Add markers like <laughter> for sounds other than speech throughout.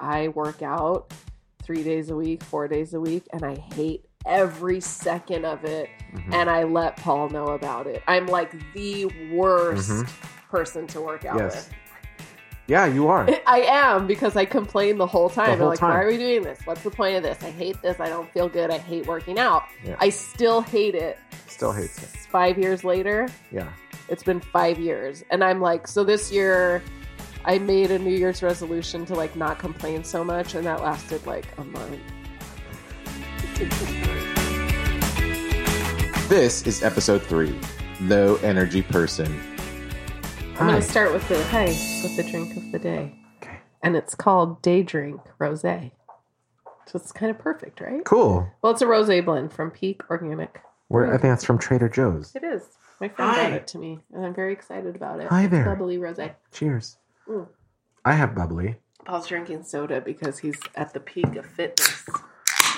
I work out three days a week, four days a week, and I hate every second of it. Mm-hmm. Mhm. And I let Paul know about it. I'm like the worst person to work out Mm-hmm. Yes. with. <laughs> Yeah, you are. I am because I complain the whole time. The I'm whole like, time. why are we doing this? What's the point of this? I hate this. I don't feel good. I hate working out. Yeah. I still hate it. Still hates it. S- Five years later, Yeah. it's been five years. And I'm like, so this year I made a New Year's resolution to like not complain so much. And that lasted like a month. This is episode three Low Energy Person. I'm Hi. going to start with the, hey, with the drink of the day. Okay. And it's called Day Drink Rosé. So it's kind of perfect, right? Cool. Well, it's a rosé blend from Peak Organic. Where Mm. I think that's from Trader Joe's. It is. My friend Hi. brought it to me, and I'm very excited about it. Hi It's there. Bubbly rosé. Cheers. Mm. I have bubbly. Paul's drinking soda because he's at the peak of fitness,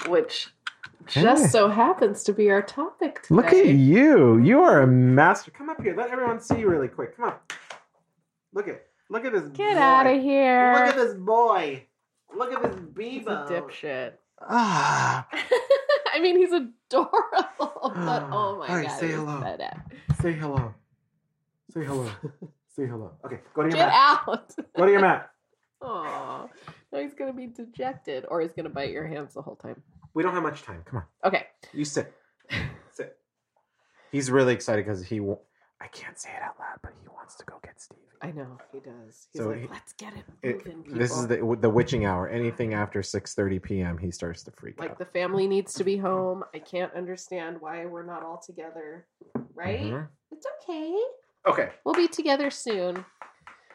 which Hey. just so happens to be our topic today. Look at you. You are a master. Come up here. Let everyone see you really quick. Come on. Look at look at this Get out of here. this boy. Look at this He's a <laughs> dipshit. Ah, I mean, he's adorable, <laughs> but oh my All right, god, say he's hello. pathetic. say hello. Say <laughs> hello. say hello. Okay, go to your Get mat. out. <laughs> Go to your mat. Oh, now he's gonna be dejected, or he's gonna bite your hands the whole time. We don't have much time. Come on. Okay, You sit. sit. He's really excited because he. wa- I can't say it out loud, but he wants to go get Stevie. I know he does. He's So like, he- let's get it It- moving. people. this is the the witching hour. Anything after six thirty p.m., he starts to freak Like out. the family needs to be home. I can't understand why we're not all together. Right? Mhm. It's okay. Okay. We'll be together soon.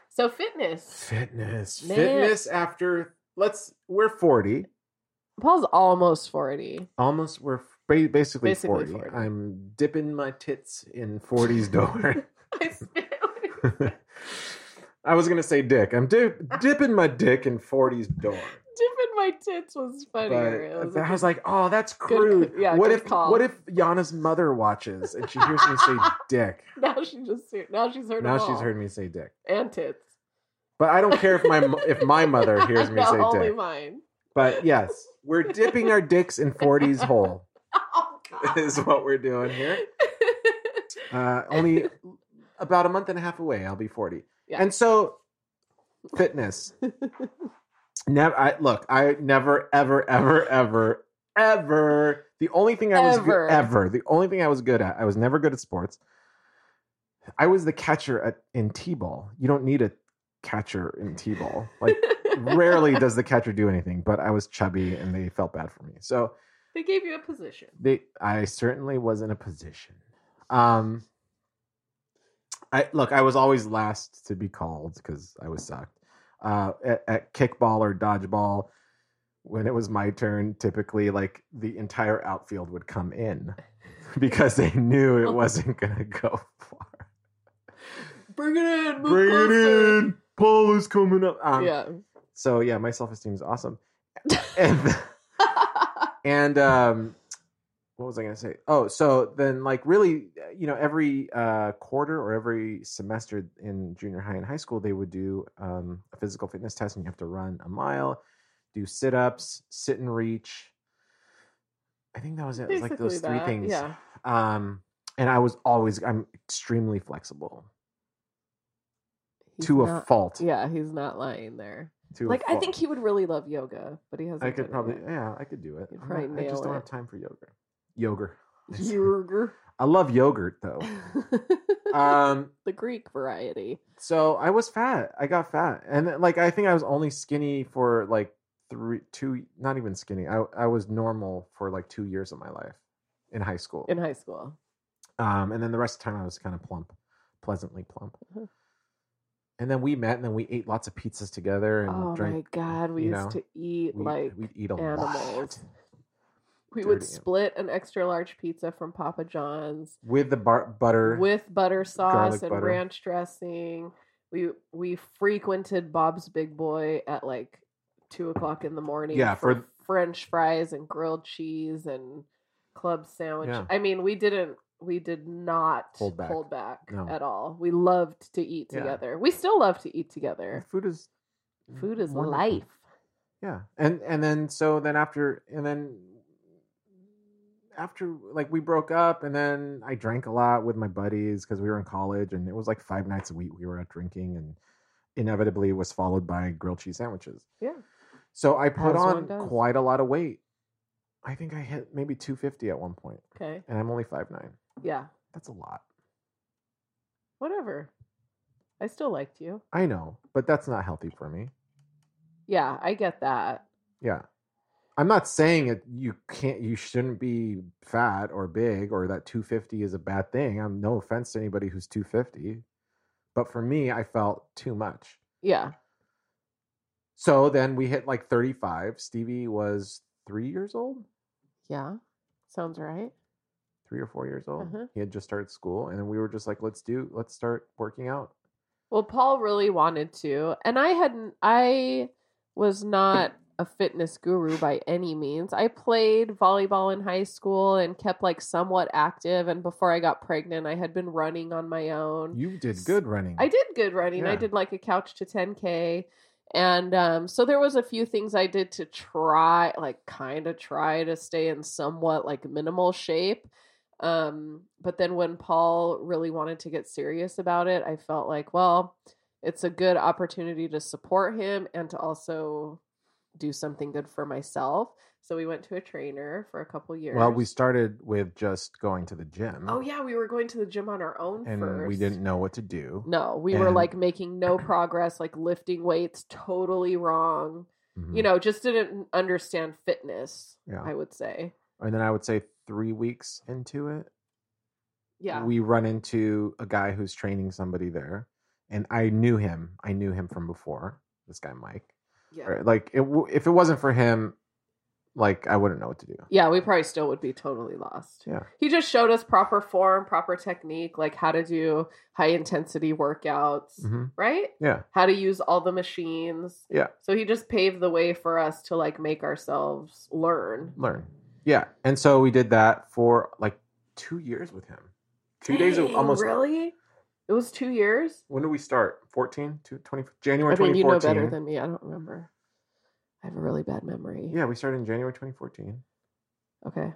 So fitness. Fitness. Man. Fitness after let's we're forty. Paul's almost 40. Almost we're ba- basically, Basically 40. 40. I'm dipping my tits in <laughs> 40's door. <laughs> I spit. I was gonna say dick. <laughs> I'm dip, dipping my dick in 40's door. Dipping my tits was But funnier. It was I like, was like, oh, that's Good- crude. yeah, what good if call. what if Yana's mother watches and she hears me <laughs> say dick? <laughs> now she just heard- now she's heard Now it she's all. heard me say dick. and <laughs> tits. But I don't care if my mo- if <laughs> my mother hears me No, say only dick. <laughs> mine. But yes, we're dipping our dicks in <laughs> 40's hole Oh god. <laughs> is what we're doing here. <laughs> Uh, only about a month and a half away, I'll be 40. Yeah. And so <laughs> fitness. never I look, I never ever ever ever ever the only thing I was good- Ever. ever the only thing I was good at, I was never good at sports. I was the catcher at, in T-ball. You don't need a catcher in T-ball. Like rarely <laughs> does the catcher do anything, but I was chubby and they felt bad for me. So <laughs> they gave you a position. they I certainly was in a position. Um I look, I was always last to be called because I was sucked. Uh at, at kickball or dodgeball, when it was my turn, typically like the entire outfield would come in <laughs> because they knew it wasn't gonna go far. Bring it in. Move Bring it closer. in. Paul is coming up. Um, <laughs> Yeah. So yeah, my self esteem <laughs> is awesome. and and um what was i going to say oh so then like really you know every uh quarter or every semester in junior high and high school they would do um a physical fitness test and you have to run a mile do sit-ups sit and reach i think that was it it was like those Basically three that, things Yeah. um and i was always i'm extremely flexible He's to a not- fault Yeah, he's not lying there. to a Like I fault. think he would really love yoga, but he hasn't. i could done probably <laughs> it yeah i could do it You'd I'm probably not- i just nail don't it. have time for yogurt yogurt yet. <laughs> Yoga. i love yogurt though um <laughs> the Greek variety. so i was fat i got fat and then, like i think i was only skinny for like three two not even skinny i, I was normal for like two years of my life in high school In high school, um and then the rest of the time i was kind of plump pleasantly plump Mhm. and then we met and then we ate lots of pizzas together and oh my drank god, we you used know, to eat we, like we'd eat a lot animals. we would dirty. split an extra large pizza from Papa John's with the bar- butter with butter sauce garlic and butter. ranch dressing. We we frequented Bob's Big Boy at like two o'clock in the morning. Yeah, for, for- French fries and grilled cheese and club sandwich. Yeah. I mean, we didn't. We did not Hold back. No. at all. We loved to eat Yeah. together. We still love to eat together. food is Food is wonderful. life. yeah and and then so then after and then after like we broke up and then i drank a lot with my buddies because we were in college and it was like five nights a week we were out drinking and inevitably was followed by grilled cheese sandwiches Yeah. so i put As one on does. quite a lot of weight i think i hit maybe 250 at one point Okay. and i'm only five nine Yeah. that's a lot Whatever. I still liked you. i know but that's not healthy for me Yeah, I get that. Yeah. I'm not saying it you can't you shouldn't be fat or big or that 250 is a bad thing. I'm no offense to anybody who's 250. But for me, I felt too much. Yeah. So then we hit like 35. Stevie was 3 years old, Yeah. Sounds right. 3 or 4 years old. Uh-huh. He had just started school and then we were just like let's do let's start working out. Well, Paul really wanted to, and I hadn't. I was not a fitness guru by any means. I played volleyball in high school and kept like somewhat active. And before I got pregnant, I had been running on my own. You did good running. Mm. I did good running. I Yeah. did like a couch to 10k, and um, so there was a few things I did to try, like kind of try to stay in somewhat like minimal shape. Um, but then when Paul really wanted to get serious about it, I felt like, well, it's a good opportunity to support him and to also do something good for myself. So we went to a trainer for a couple years. Well, we started with just going to the gym. oh yeah, we were going to the gym on our own And first. we didn't know what to do. No, we were And- like making no progress, like lifting weights totally wrong. Mhm. You know, just didn't understand fitness, Yeah. I would say. and then I would say 3 weeks into it, Yeah. we run into a guy who's training somebody there and i knew him i knew him from before this guy mike yeah. Or, like it, w- if it wasn't for him like i wouldn't know what to do Yeah, we probably still would be totally lost. Yeah. He just showed us proper form, proper technique, like how to do high intensity workouts, Mhm. right? yeah How to use all the machines. Yeah. So he just paved the way for us to like make ourselves learn. learn yeah and so we did that for like two years with him two days Dang, of almost Really? It was 2 years? when did we start 14 to 20 january I mean, you know 2014 better than me. I don't remember. I have a really bad memory. yeah we started in january 2014 Okay.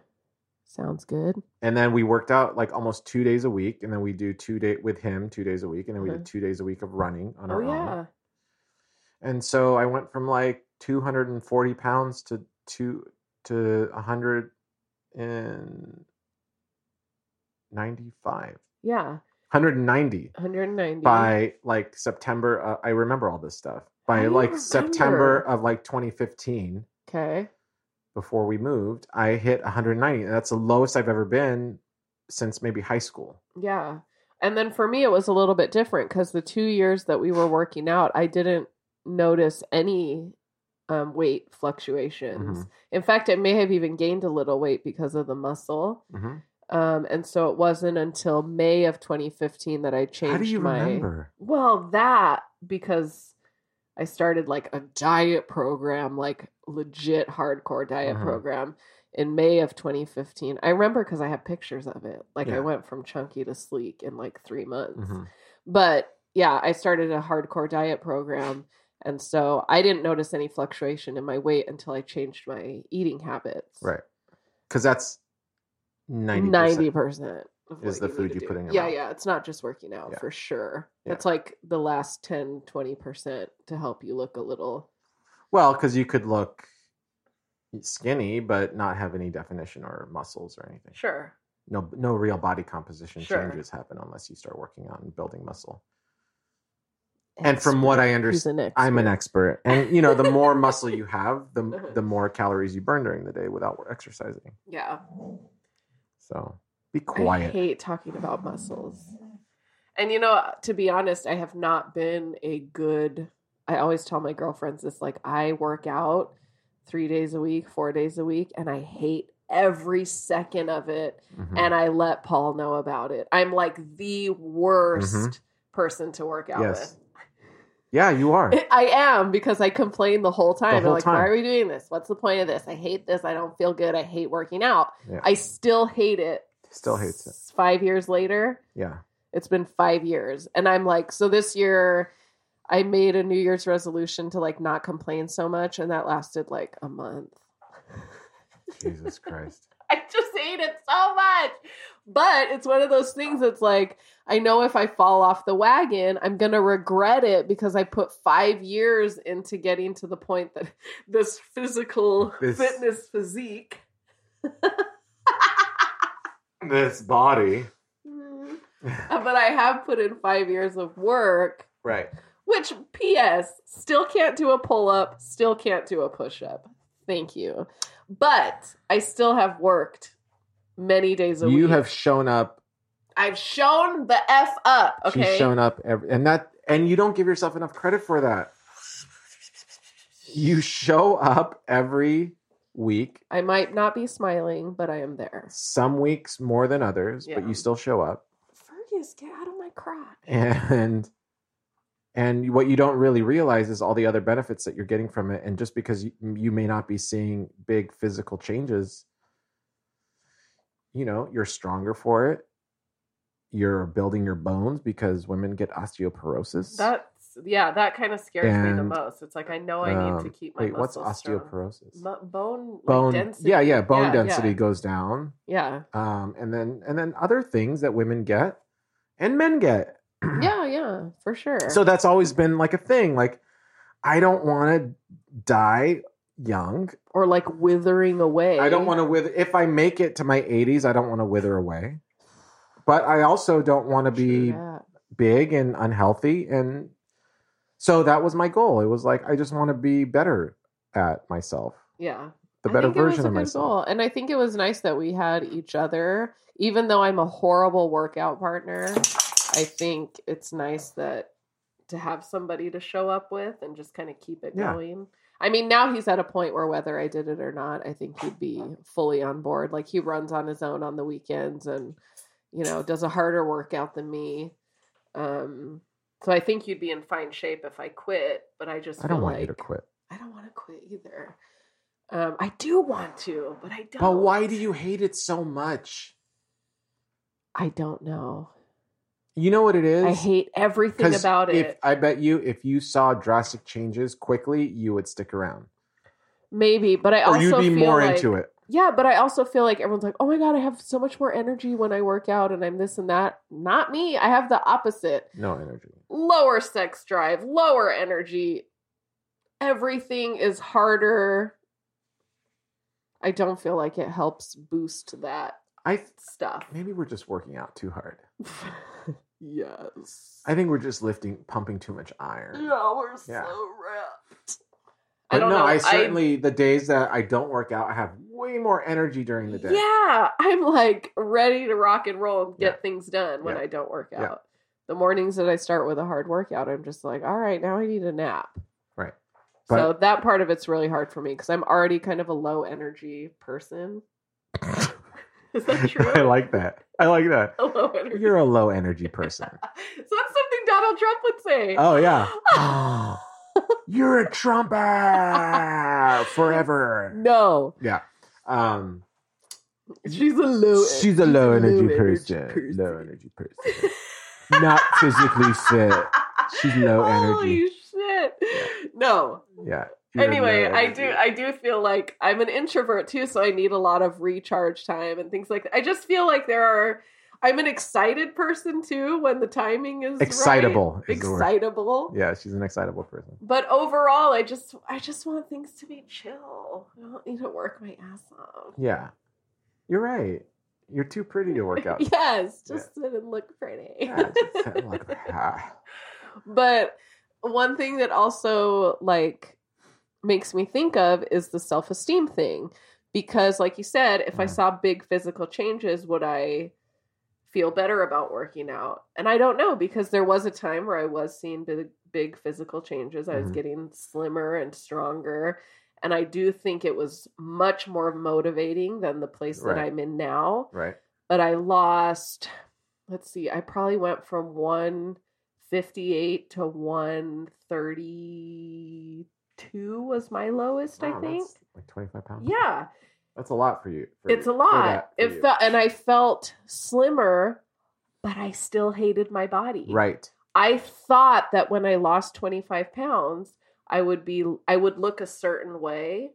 Sounds good. and then we worked out like almost two days a week and then we do two day with him two days a week and then we Uh-huh. did two days a week of running on Oh our own yeah. and so I went from like 240 pounds to two to 195, Yeah. 190 190. by like September. Uh, I remember all this stuff I by don't like remember. September of like 2015 Okay. before we moved. I hit 190, and that's the lowest I've ever been since maybe high school. Yeah. And then for me it was a little bit different cuz the 2 years that we were working out, I didn't notice any um, weight fluctuations. Mm-hmm. In fact, I may have even gained a little weight because of the muscle. Mm-hmm. Um, and so it wasn't until May of 2015 that I changed How do you my remember? Well, that because I started like a diet program, like legit hardcore diet Mhm. program in May of 2015. I remember because I have pictures of it. Like I Yeah. went from chunky to sleek in like three months. Mhm. But yeah, I started a hardcore diet program. And so I didn't notice any fluctuation in my weight until I changed my eating habits. Right, because that's 90 90 percent of what is the need food to you do. put in your yeah mouth. yeah it's not just working out Yeah. for sure Yeah. it's like the last 10 20 percent to help you look a little Well, because you could look skinny but not have any definition or muscles or anything. sure No, no real body composition Sure. changes happen unless you start working on building muscle. And from what I He's understand, an expert. I'm an expert, and you know, the more muscle you have, the <laughs> Uh-huh. the more calories you burn during the day without exercising. yeah So be i quiet. hate talking about muscles and you know to be honest i have not been a good i always tell my girlfriends this like i work out three days a week four days a week and i hate every second of it Mhm. and I let Paul know about it. I'm like the worst person to work out Mm-hmm. Yes. Yeah, <laughs> you are. with. I am because I complain the whole time. The I'm whole like, why time. are we doing this? What's the point of this? I hate this. I don't feel good. I hate working out. Yeah. I still hate it. Still hates it. S- Five years later, Yeah. it's been five years. And I'm like, so this year I made a New Year's resolution to like not complain so much, and that lasted like a month. Jesus Christ. <laughs> I just hate it so much. But it's one of those things that's like, I know if I fall off the wagon, I'm going to regret it because I put five years into getting to the point that <laughs> this physical This- fitness <laughs> physique. This body. Mm. but I have put in five years of work, Right. which, P.S., still can't do a pull up, still can't do a push up. Thank you. But I still have worked many days a week. you have shown up. I've shown the F up. Okay. She's shown up every, and that and you don't give yourself enough credit for that. You show up every week. I might not be smiling, but I am there. Some weeks more than others, but Yeah. you still show up. Fergus, get out of my crotch. and and what you don't really realize is all the other benefits that you're getting from it and just because you, you may not be seeing big physical changes you know you're stronger for it you're building your bones because women get osteoporosis That's yeah, that kind of scares me the And, most. It's like I know I need to Um, keep my wait what's muscles strong. osteoporosis Mu- bone like, bone density. yeah yeah bone Yeah, density yeah. goes down <clears throat> Yeah. um and then and then other things that women get and men get Yeah, yeah, for sure. So that's always been like a thing. Like, I don't want to die young. or like withering away. I don't want to wither. If I make it to my 80s, I don't want to wither away. But I also don't want to be big and unhealthy. And so that was my goal. It was like, I just want to be better at myself, Yeah. the I better think it was version a of good myself. goal. And I think it was nice that we had each other, even though I'm a horrible workout partner. I think it's nice that to have somebody to show up with and just kind of keep it Yeah. going. I mean, now he's at a point where whether I did it or not, I think he'd be fully on board. Like he runs on his own on the weekends and, you know, does a harder workout than me. Um, so I think you'd be in fine shape if I quit, but I just I don't feel want like, you to quit. I don't want to quit either. Um, I do want to, but I don't. But why do you hate it so much? I don't know. You know what it is? I hate everything 'Cause about if, it. I bet you if you saw drastic changes quickly, you would stick around. Maybe, but I also or Oh, you'd be feel more like, into it. Yeah, but I also feel like everyone's like, "Oh my god, I have so much more energy when I work out, and I'm this and that." Not me. I have the opposite: No energy. lower sex drive, lower energy. Everything is harder. I don't feel like it helps boost that I stuff. <laughs> maybe we're just working out too hard. yes. I think we're just lifting, pumping too much <laughs> iron. Yeah, Oh, we're Yeah. so wrapped. But I don't no, know. I certainly the days that I don't work out, I have way more energy during the day. Yeah, I'm like ready to rock and roll and get Yeah. things done when Yeah. I don't work out. Yeah. The mornings that I start with a hard workout, I'm just like, all right, now I need a nap. Right. so that part of it's really hard for me because I'm already kind of a low energy person. <laughs> Is <laughs> that true? <laughs> I like that. I like that. A low energy. You're a low energy person. <laughs> so that's something Donald Trump would say. Oh yeah. <laughs> Oh, you're a Trumper forever. no, Yeah. Um she's a low. she's a low energy person. person. Low energy person. Not physically fit. <laughs> She's low Holy energy. shit! No, Yeah. you're a anyway low i energy. do i do feel like i'm an introvert too so i need a lot of recharge time and things like that i just feel like there are i'm an excited person too when the timing is right. excitable is the word. excitable yeah she's an excitable person but overall i just i just want things to be chill i don't need to work my ass off yeah you're right you're too pretty to <laughs> work out yes Yeah. just sit and look pretty Yeah, just kinda like <laughs> ah, that. But one thing that also like makes me think of is the self-esteem thing because like you said, if I Mhm. saw big physical changes, would I feel better about working out? And I don't know because there was a time where I was seeing big big physical changes. I was Mhm. getting slimmer and stronger. And I do think it was much more motivating than the place that Right. I'm in now right but I lost. Let's see. I probably went from one fifty eight to one thirty two was my lowest. I Wow, think. that's like 25 pounds Yeah, that's a lot for you for it's you- a for lot. that- for you. It felt, and I felt slimmer, but I still hated my body. right I thought that when I lost 25 pounds, I would be I would look a certain way,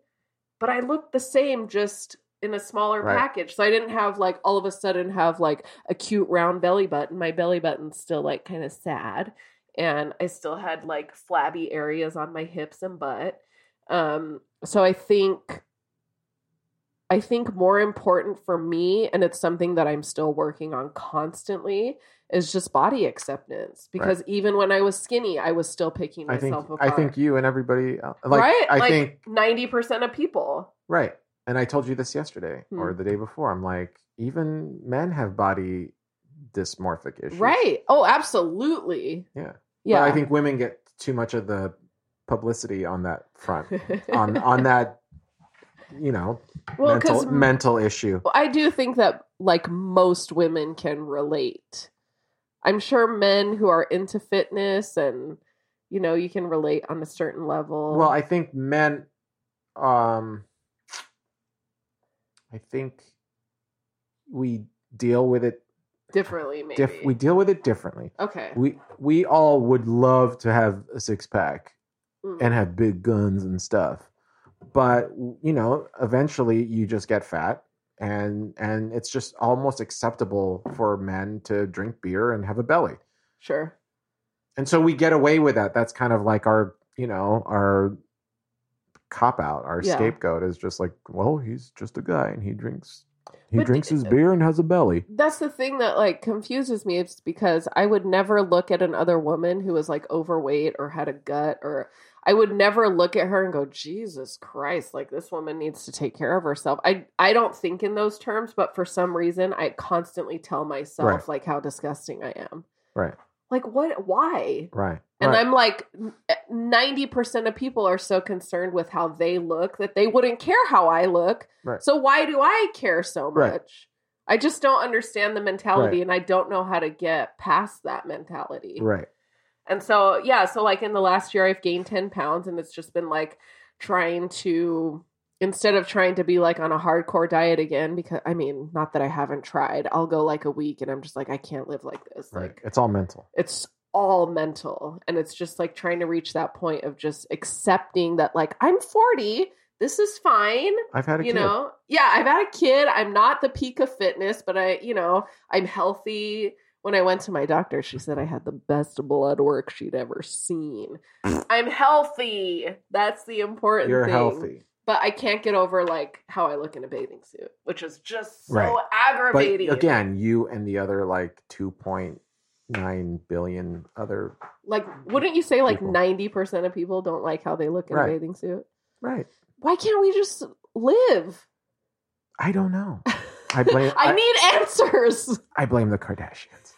but I looked the same just in a smaller Right. package. So I didn't have like all of a sudden have like a cute round belly button. My belly button's still like kind of sad and I still had like flabby areas on my hips and butt. Um so I think I think more important for me and it's something that I'm still working on constantly is just body acceptance because even when I was skinny, I was still picking I think myself apart. I think you and everybody el- like right? I like think ninety percent of people. right. And I told you this yesterday Hmm. or the day before. I'm like even men have body dysmorphic issues. Right. Oh, absolutely. Yeah. Yeah. <laughs> But I think women get too much of the publicity on that front. on on that you know, well, mental because mental issue. I do think that like most women can relate. I'm sure men who are into fitness and you know you can relate on a certain level. Well, I think men um I think we deal with it differently maybe. diff- we deal with it differently. okay. We we all would love to have a six pack Mm. and have big guns and stuff. But you know, eventually you just get fat and and it's just almost acceptable for men to drink beer and have a belly. sure. and so we get away with that that's kind of like our you know our cop out our Yeah. scapegoat is just like well he's just a guy and he drinks he But drinks the- his beer and has a belly That's the thing that like confuses me is because I would never look at another woman who was like overweight or had a gut or I would never look at her and go, Jesus Christ, like this woman needs to take care of herself. I I don't think in those terms, but for some reason I constantly tell myself Right. like how disgusting I am. Right. Like what why? right And right. I'm like, eh, ninety percent of people are so concerned with how they look that they wouldn't care how I look. Right. So why do I care so much? Right. I just don't understand the mentality, Right. and I don't know how to get past that mentality. right And so, yeah, so like in the last year, I've gained 10 pounds, and it's just been like trying to, instead of trying to be like on a hardcore diet again, because I mean, not that I haven't tried, I'll go like a week and I'm just like, I can't live like this. right Like, it's all mental it's all mental. And it's just like trying to reach that point of just accepting that, like, I'm 40, this is fine i've had a you kid know yeah i've had a kid i'm not the peak of fitness but i you know i'm healthy when i went to my doctor she said i had the best blood work she'd ever <sighs> seen i'm healthy that's the important you're thing healthy but i can't get over like how i look in a bathing suit which is just so Right. but aggravating again you and the other like 2.9 billion other like wouldn't you say like People. 90% of people don't like how they look in Right. a bathing suit right why can't we just live i don't know <laughs> i blame i, I, need <laughs> answers I blame the kardashians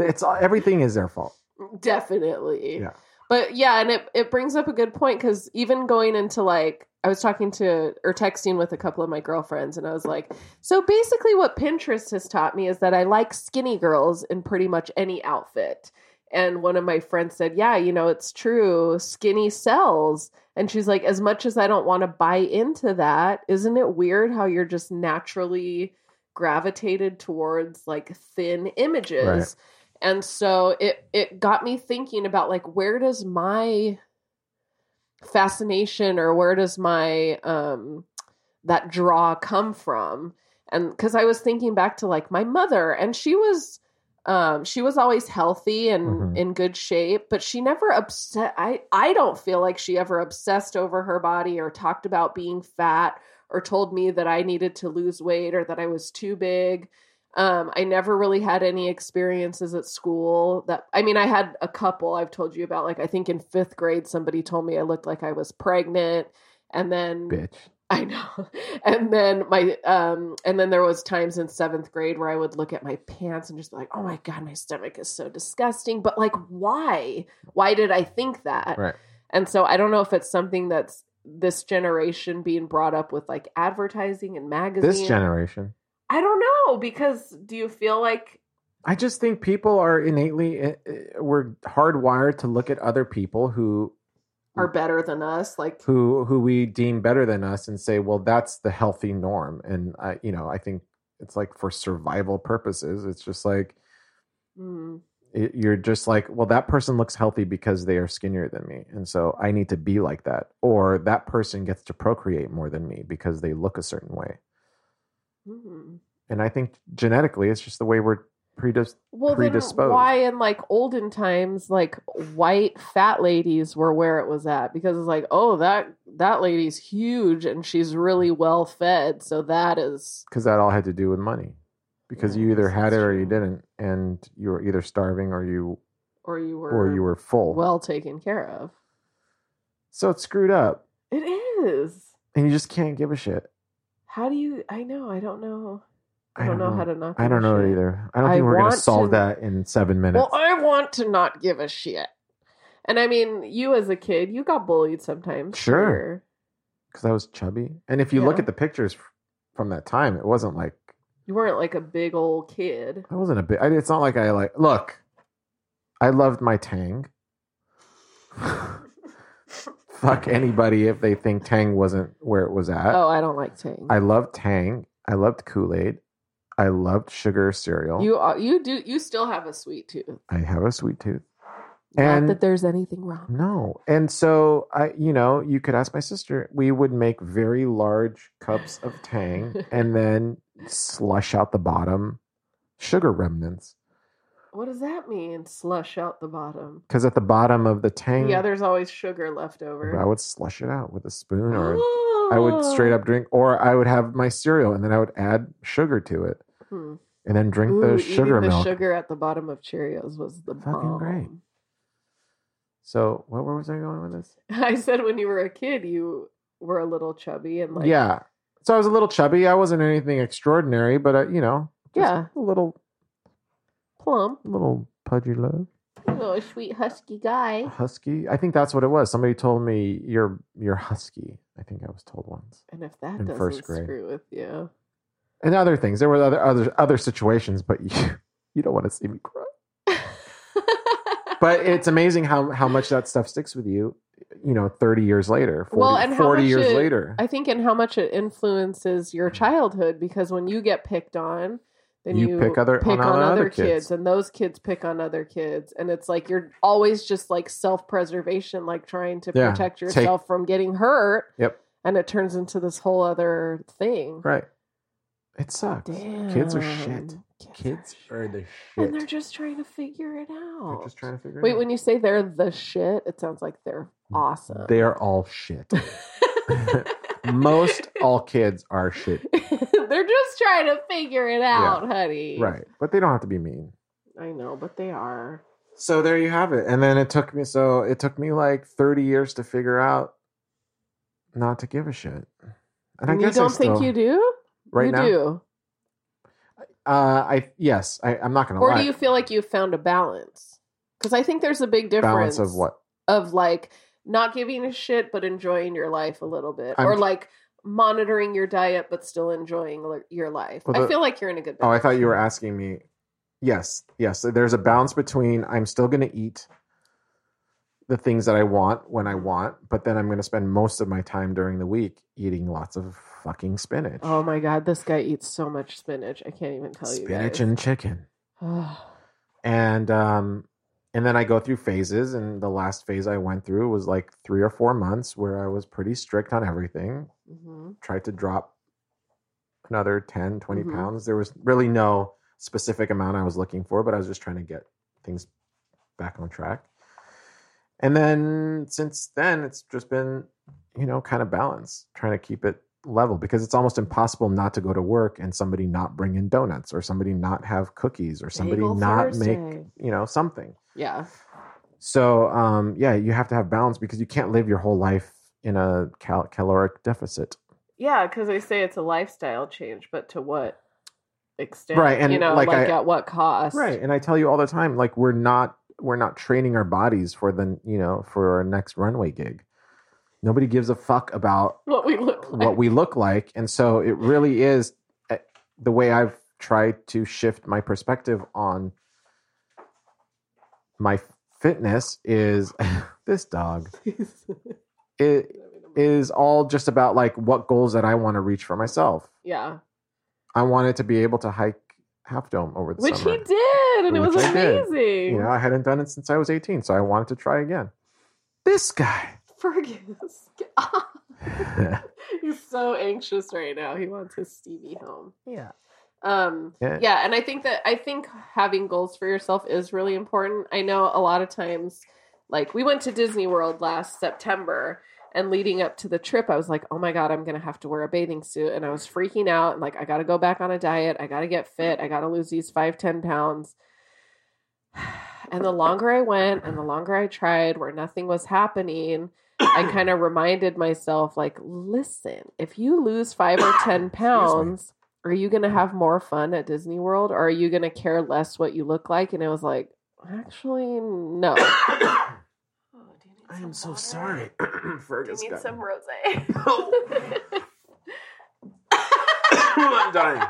it's all, everything is their fault Definitely. Yeah. But yeah, and it, it brings up a good point because even going into like, I was talking to or texting with a couple of my girlfriends, and I was like, so basically, what Pinterest has taught me is that I like skinny girls in pretty much any outfit. And one of my friends said, yeah, you know, it's true. Skinny sells. And she's like, as much as I don't want to buy into that, isn't it weird how you're just naturally gravitated towards like thin images? Right. And so it it got me thinking about like where does my fascination or where does my um that draw come from? And cuz I was thinking back to like my mother and she was um she was always healthy and Mhm. in good shape, but she never upset I I don't feel like she ever obsessed over her body or talked about being fat or told me that I needed to lose weight or that I was too big. Um, I never really had any experiences at school that I mean, I had a couple I've told you about. Like, I think in fifth grade, somebody told me I looked like I was pregnant, and then bitch <laughs> I know, and then my um, and then there was times in seventh grade where I would look at my pants and just be like, oh my god, my stomach is so disgusting. But like, why? Why did I think that? right And so I don't know if it's something that's this generation being brought up with like advertising and magazines. this generation I don't know because do you feel like I just think people are innately uh, uh, we're hardwired to look at other people who Mm. are better than us? Like, who who we deem better than us and say, well, that's the healthy norm. And I, you know, I think it's like for survival purposes, it's just like Mm. It- you're just like, well, that person looks healthy because they are skinnier than me. And so I need to be like that. Or that person gets to procreate more than me because they look a certain way. Mm. And I think genetically, it's just the way we're predisposed. Well, then Predisposed. why in like olden times, like white fat ladies were where it was at because it's like, oh, that that lady's huge and she's really well fed, so that is because that all had to do with money. Because Yeah, I you either guess had that's it or you true. didn't, and you were either starving or you or you were or you were full. well taken care of. so it's screwed up, It is. and you just can't give a shit. How do you? I know. I don't know. I don't, know, how to not. Give I don't a know shit. either. I don't I think we're gonna want solve to- that in seven minutes. Well, I want to not give a shit. And I mean, you as a kid, you got bullied sometimes. Sure. for- because I was chubby. And if you look Yeah. at the pictures f- from that time, it wasn't like You weren't like a big old kid. I wasn't a bit. I, it's not like I like look. I loved <laughs> my Tang. <laughs> Fuck anybody if they think Tang wasn't where it was at. oh, I don't like Tang. I loved Tang. I loved Kool Aid. I loved sugar cereal. you are, you do you still have a sweet tooth. I have a sweet tooth. Not And Mm. that there's anything wrong. No. And so I, you know, you could ask my sister. We would make very large cups of <laughs> Tang and then slush out the bottom sugar remnants What does that mean? Slush out the bottom. because at the bottom of the Tang, Yeah, there's always sugar left I over. would slush it out with a spoon or I would Oh. straight up drink, or I would have my cereal and then I would add sugar to it Hmm. and then drink Ooh, the eating sugar the milk. sugar at the bottom of Cheerios was the Fucking bomb. <laughs> great. So what, where was I going with this? I said when you were a kid, you were a little chubby and like yeah. So I was a little chubby. I wasn't anything extraordinary, but uh, you know, just Yeah. a little plump, little pudgy love little sweet husky guy. husky i think that's what it was somebody told me you're you're husky i think i was told once And if that in doesn't first grade. screw with you, <laughs> and other things there were other other other situations but <laughs> you you don't want to see me cry but it's amazing how how much that stuff sticks with you you know 30 years later 40, Well, and how 40 much years it- later I think in how much it influences your childhood because when you get picked on, then Mm-hmm. You you, pick other- on on, other other, kids. kids. and those kids pick on other kids, and it's like you're always just like self preservation, like trying to Yeah, protect take- yourself from getting hurt. Yep. And it turns into this whole other thing. right it sucks kids are shit Damn. kids are the shit And they're just trying to figure it out. They're just trying to figure it Wait, out when you say they're the shit, it sounds like they're awesome. <laughs> they're all shit <laughs> <laughs> most all kids are shit they're just trying to figure it out, honey. right but they don't have to be mean I know, but they are. so there you have it and then it took me so it took me like 30 years to figure out not to give a shit and, And, you don't still- think you do? right you now do. uh i yes I, i'm not gonna Or lie do you feel like you've found a balance? Because I think there's a big difference balance of what of like not giving a shit but enjoying your life a little bit, I'm- or like monitoring your diet but still enjoying li- your life. Well, the- I feel like you're in a good. oh i Balance. thought you were asking me yes yes so there's a balance between i'm still gonna eat the things that i want when i want but then i'm gonna spend most of my time during the week eating lots of fucking spinach Oh my god, this guy eats so much spinach. I can't even tell you. spinach guys. <sighs> Mm-hmm. and chicken and um and then i go through phases and the last phase i went through was like three or four months where i was pretty strict on everything Mhm. tried to drop another 10 20 Mhm. pounds there was really no specific amount i was looking for but i was just trying to get things back on track and then since then it's just been you know kind of balanced trying to keep it level because it's almost impossible not to go to work and somebody not bring in donuts or somebody not have cookies or somebody Bagel not make Thursday. you know something Yeah. so um yeah you have to have balance because you can't live your whole life in a cal- caloric deficit Yeah, because they say it's a lifestyle change, but to what extent? Right, and you know, like like, I- at what cost? right and i tell you all the time like we're not we're not training our bodies for the you know for our next runway gig nobody gives a fuck about What we look like. <laughs> what we look like and so it really is uh, the way i've tried to shift my perspective on my fitness is <laughs> this dog it is all just about like what goals that i want to reach for myself yeah. I wanted to be able to hike half dome over the Which summer. he did, and it Which was I did. amazing. You know, I hadn't done it since I was 18, so I wanted to try again. This guy. <laughs> Fergus, get off. <laughs> he's so anxious right now. He wants his Stevie home. yeah. Um, Yeah. <coughs> yeah. and I think that I think having goals for yourself is really important. I know a lot of times, like we went to Disney World last September, and leading up to the trip, I was like, "Oh my god, I'm gonna have to wear a bathing suit," and I was freaking out and like, "I gotta go back on a diet. I gotta get fit. I gotta lose these five ten pounds." <sighs> And the longer I went, and the longer I tried, where nothing was happening, I kind of reminded myself, like, listen, if you lose five or ten pounds, are you going to have more fun at Disney World or are you going to care less what you look like? And it was like, actually, <coughs> no. I am so sorry, <coughs> Fergus. guy. <coughs> rose? <laughs> I'm dying.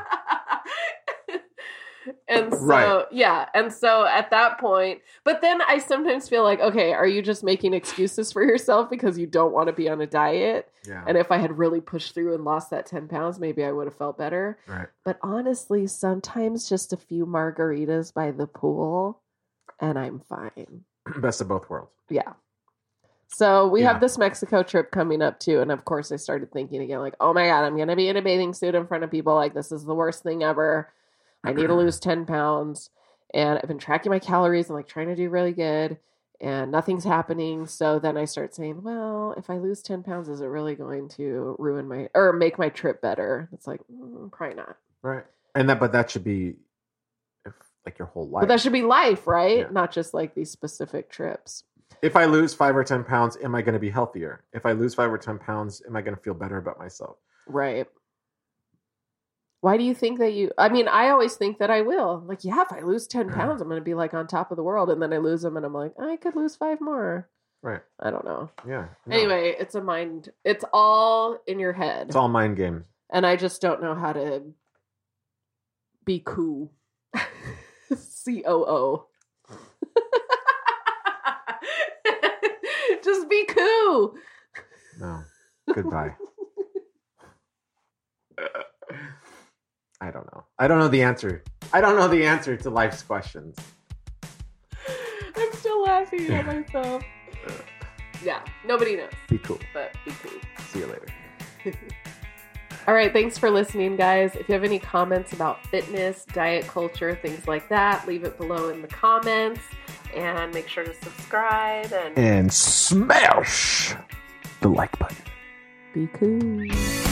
and so, Right. yeah. And so at that point, but then I sometimes feel like, okay, are you just making excuses for yourself because you don't want to be on a diet? Yeah. And if I had really pushed through and lost that 10 pounds, maybe I would have felt better. <coughs> right. <coughs> But honestly, sometimes just a few margaritas by the pool and I'm fine. Best of both worlds. Yeah. So we Yeah. have this Mexico trip coming up too. And of course, I started thinking again, like, oh my God, I'm going to be in a bathing suit in front of people. Like, this is the worst thing ever. I need to lose 10 pounds. And I've been tracking my calories and like trying to do really good. And nothing's happening. So then I start saying, well, if I lose 10 pounds, is it really going to ruin my or make my trip better? It's like, mm, probably not. Right. And that, but that should be if, like your whole life. But that should be life, right? Yeah. Not just like these specific trips. if I lose five or 10 pounds, am I going to be healthier? If I lose five or 10 pounds, am I going to feel better about myself? Right. Why do you think that you I mean, I always think that I will. Like, yeah, if I lose 10 pounds, I'm going to be like on top of the world and then I lose them and I'm like, I could lose 5 more. Right. I don't know. Yeah. No. Anyway, it's a mind it's all in your head. it's all mind games. and I just don't know how to be cool. <laughs> C O O. <laughs> <laughs> Just be cool. No. Goodbye. I don't know. I don't know the answer. I don't know the answer to life's questions. <laughs> I'm still laughing at myself. Yeah, nobody knows, Be cool. but be cool. See you later. All right, thanks for listening, guys. If you have any comments about fitness, diet culture, things like that, leave it below in the comments and make sure to subscribe and And smash the like button. be cool.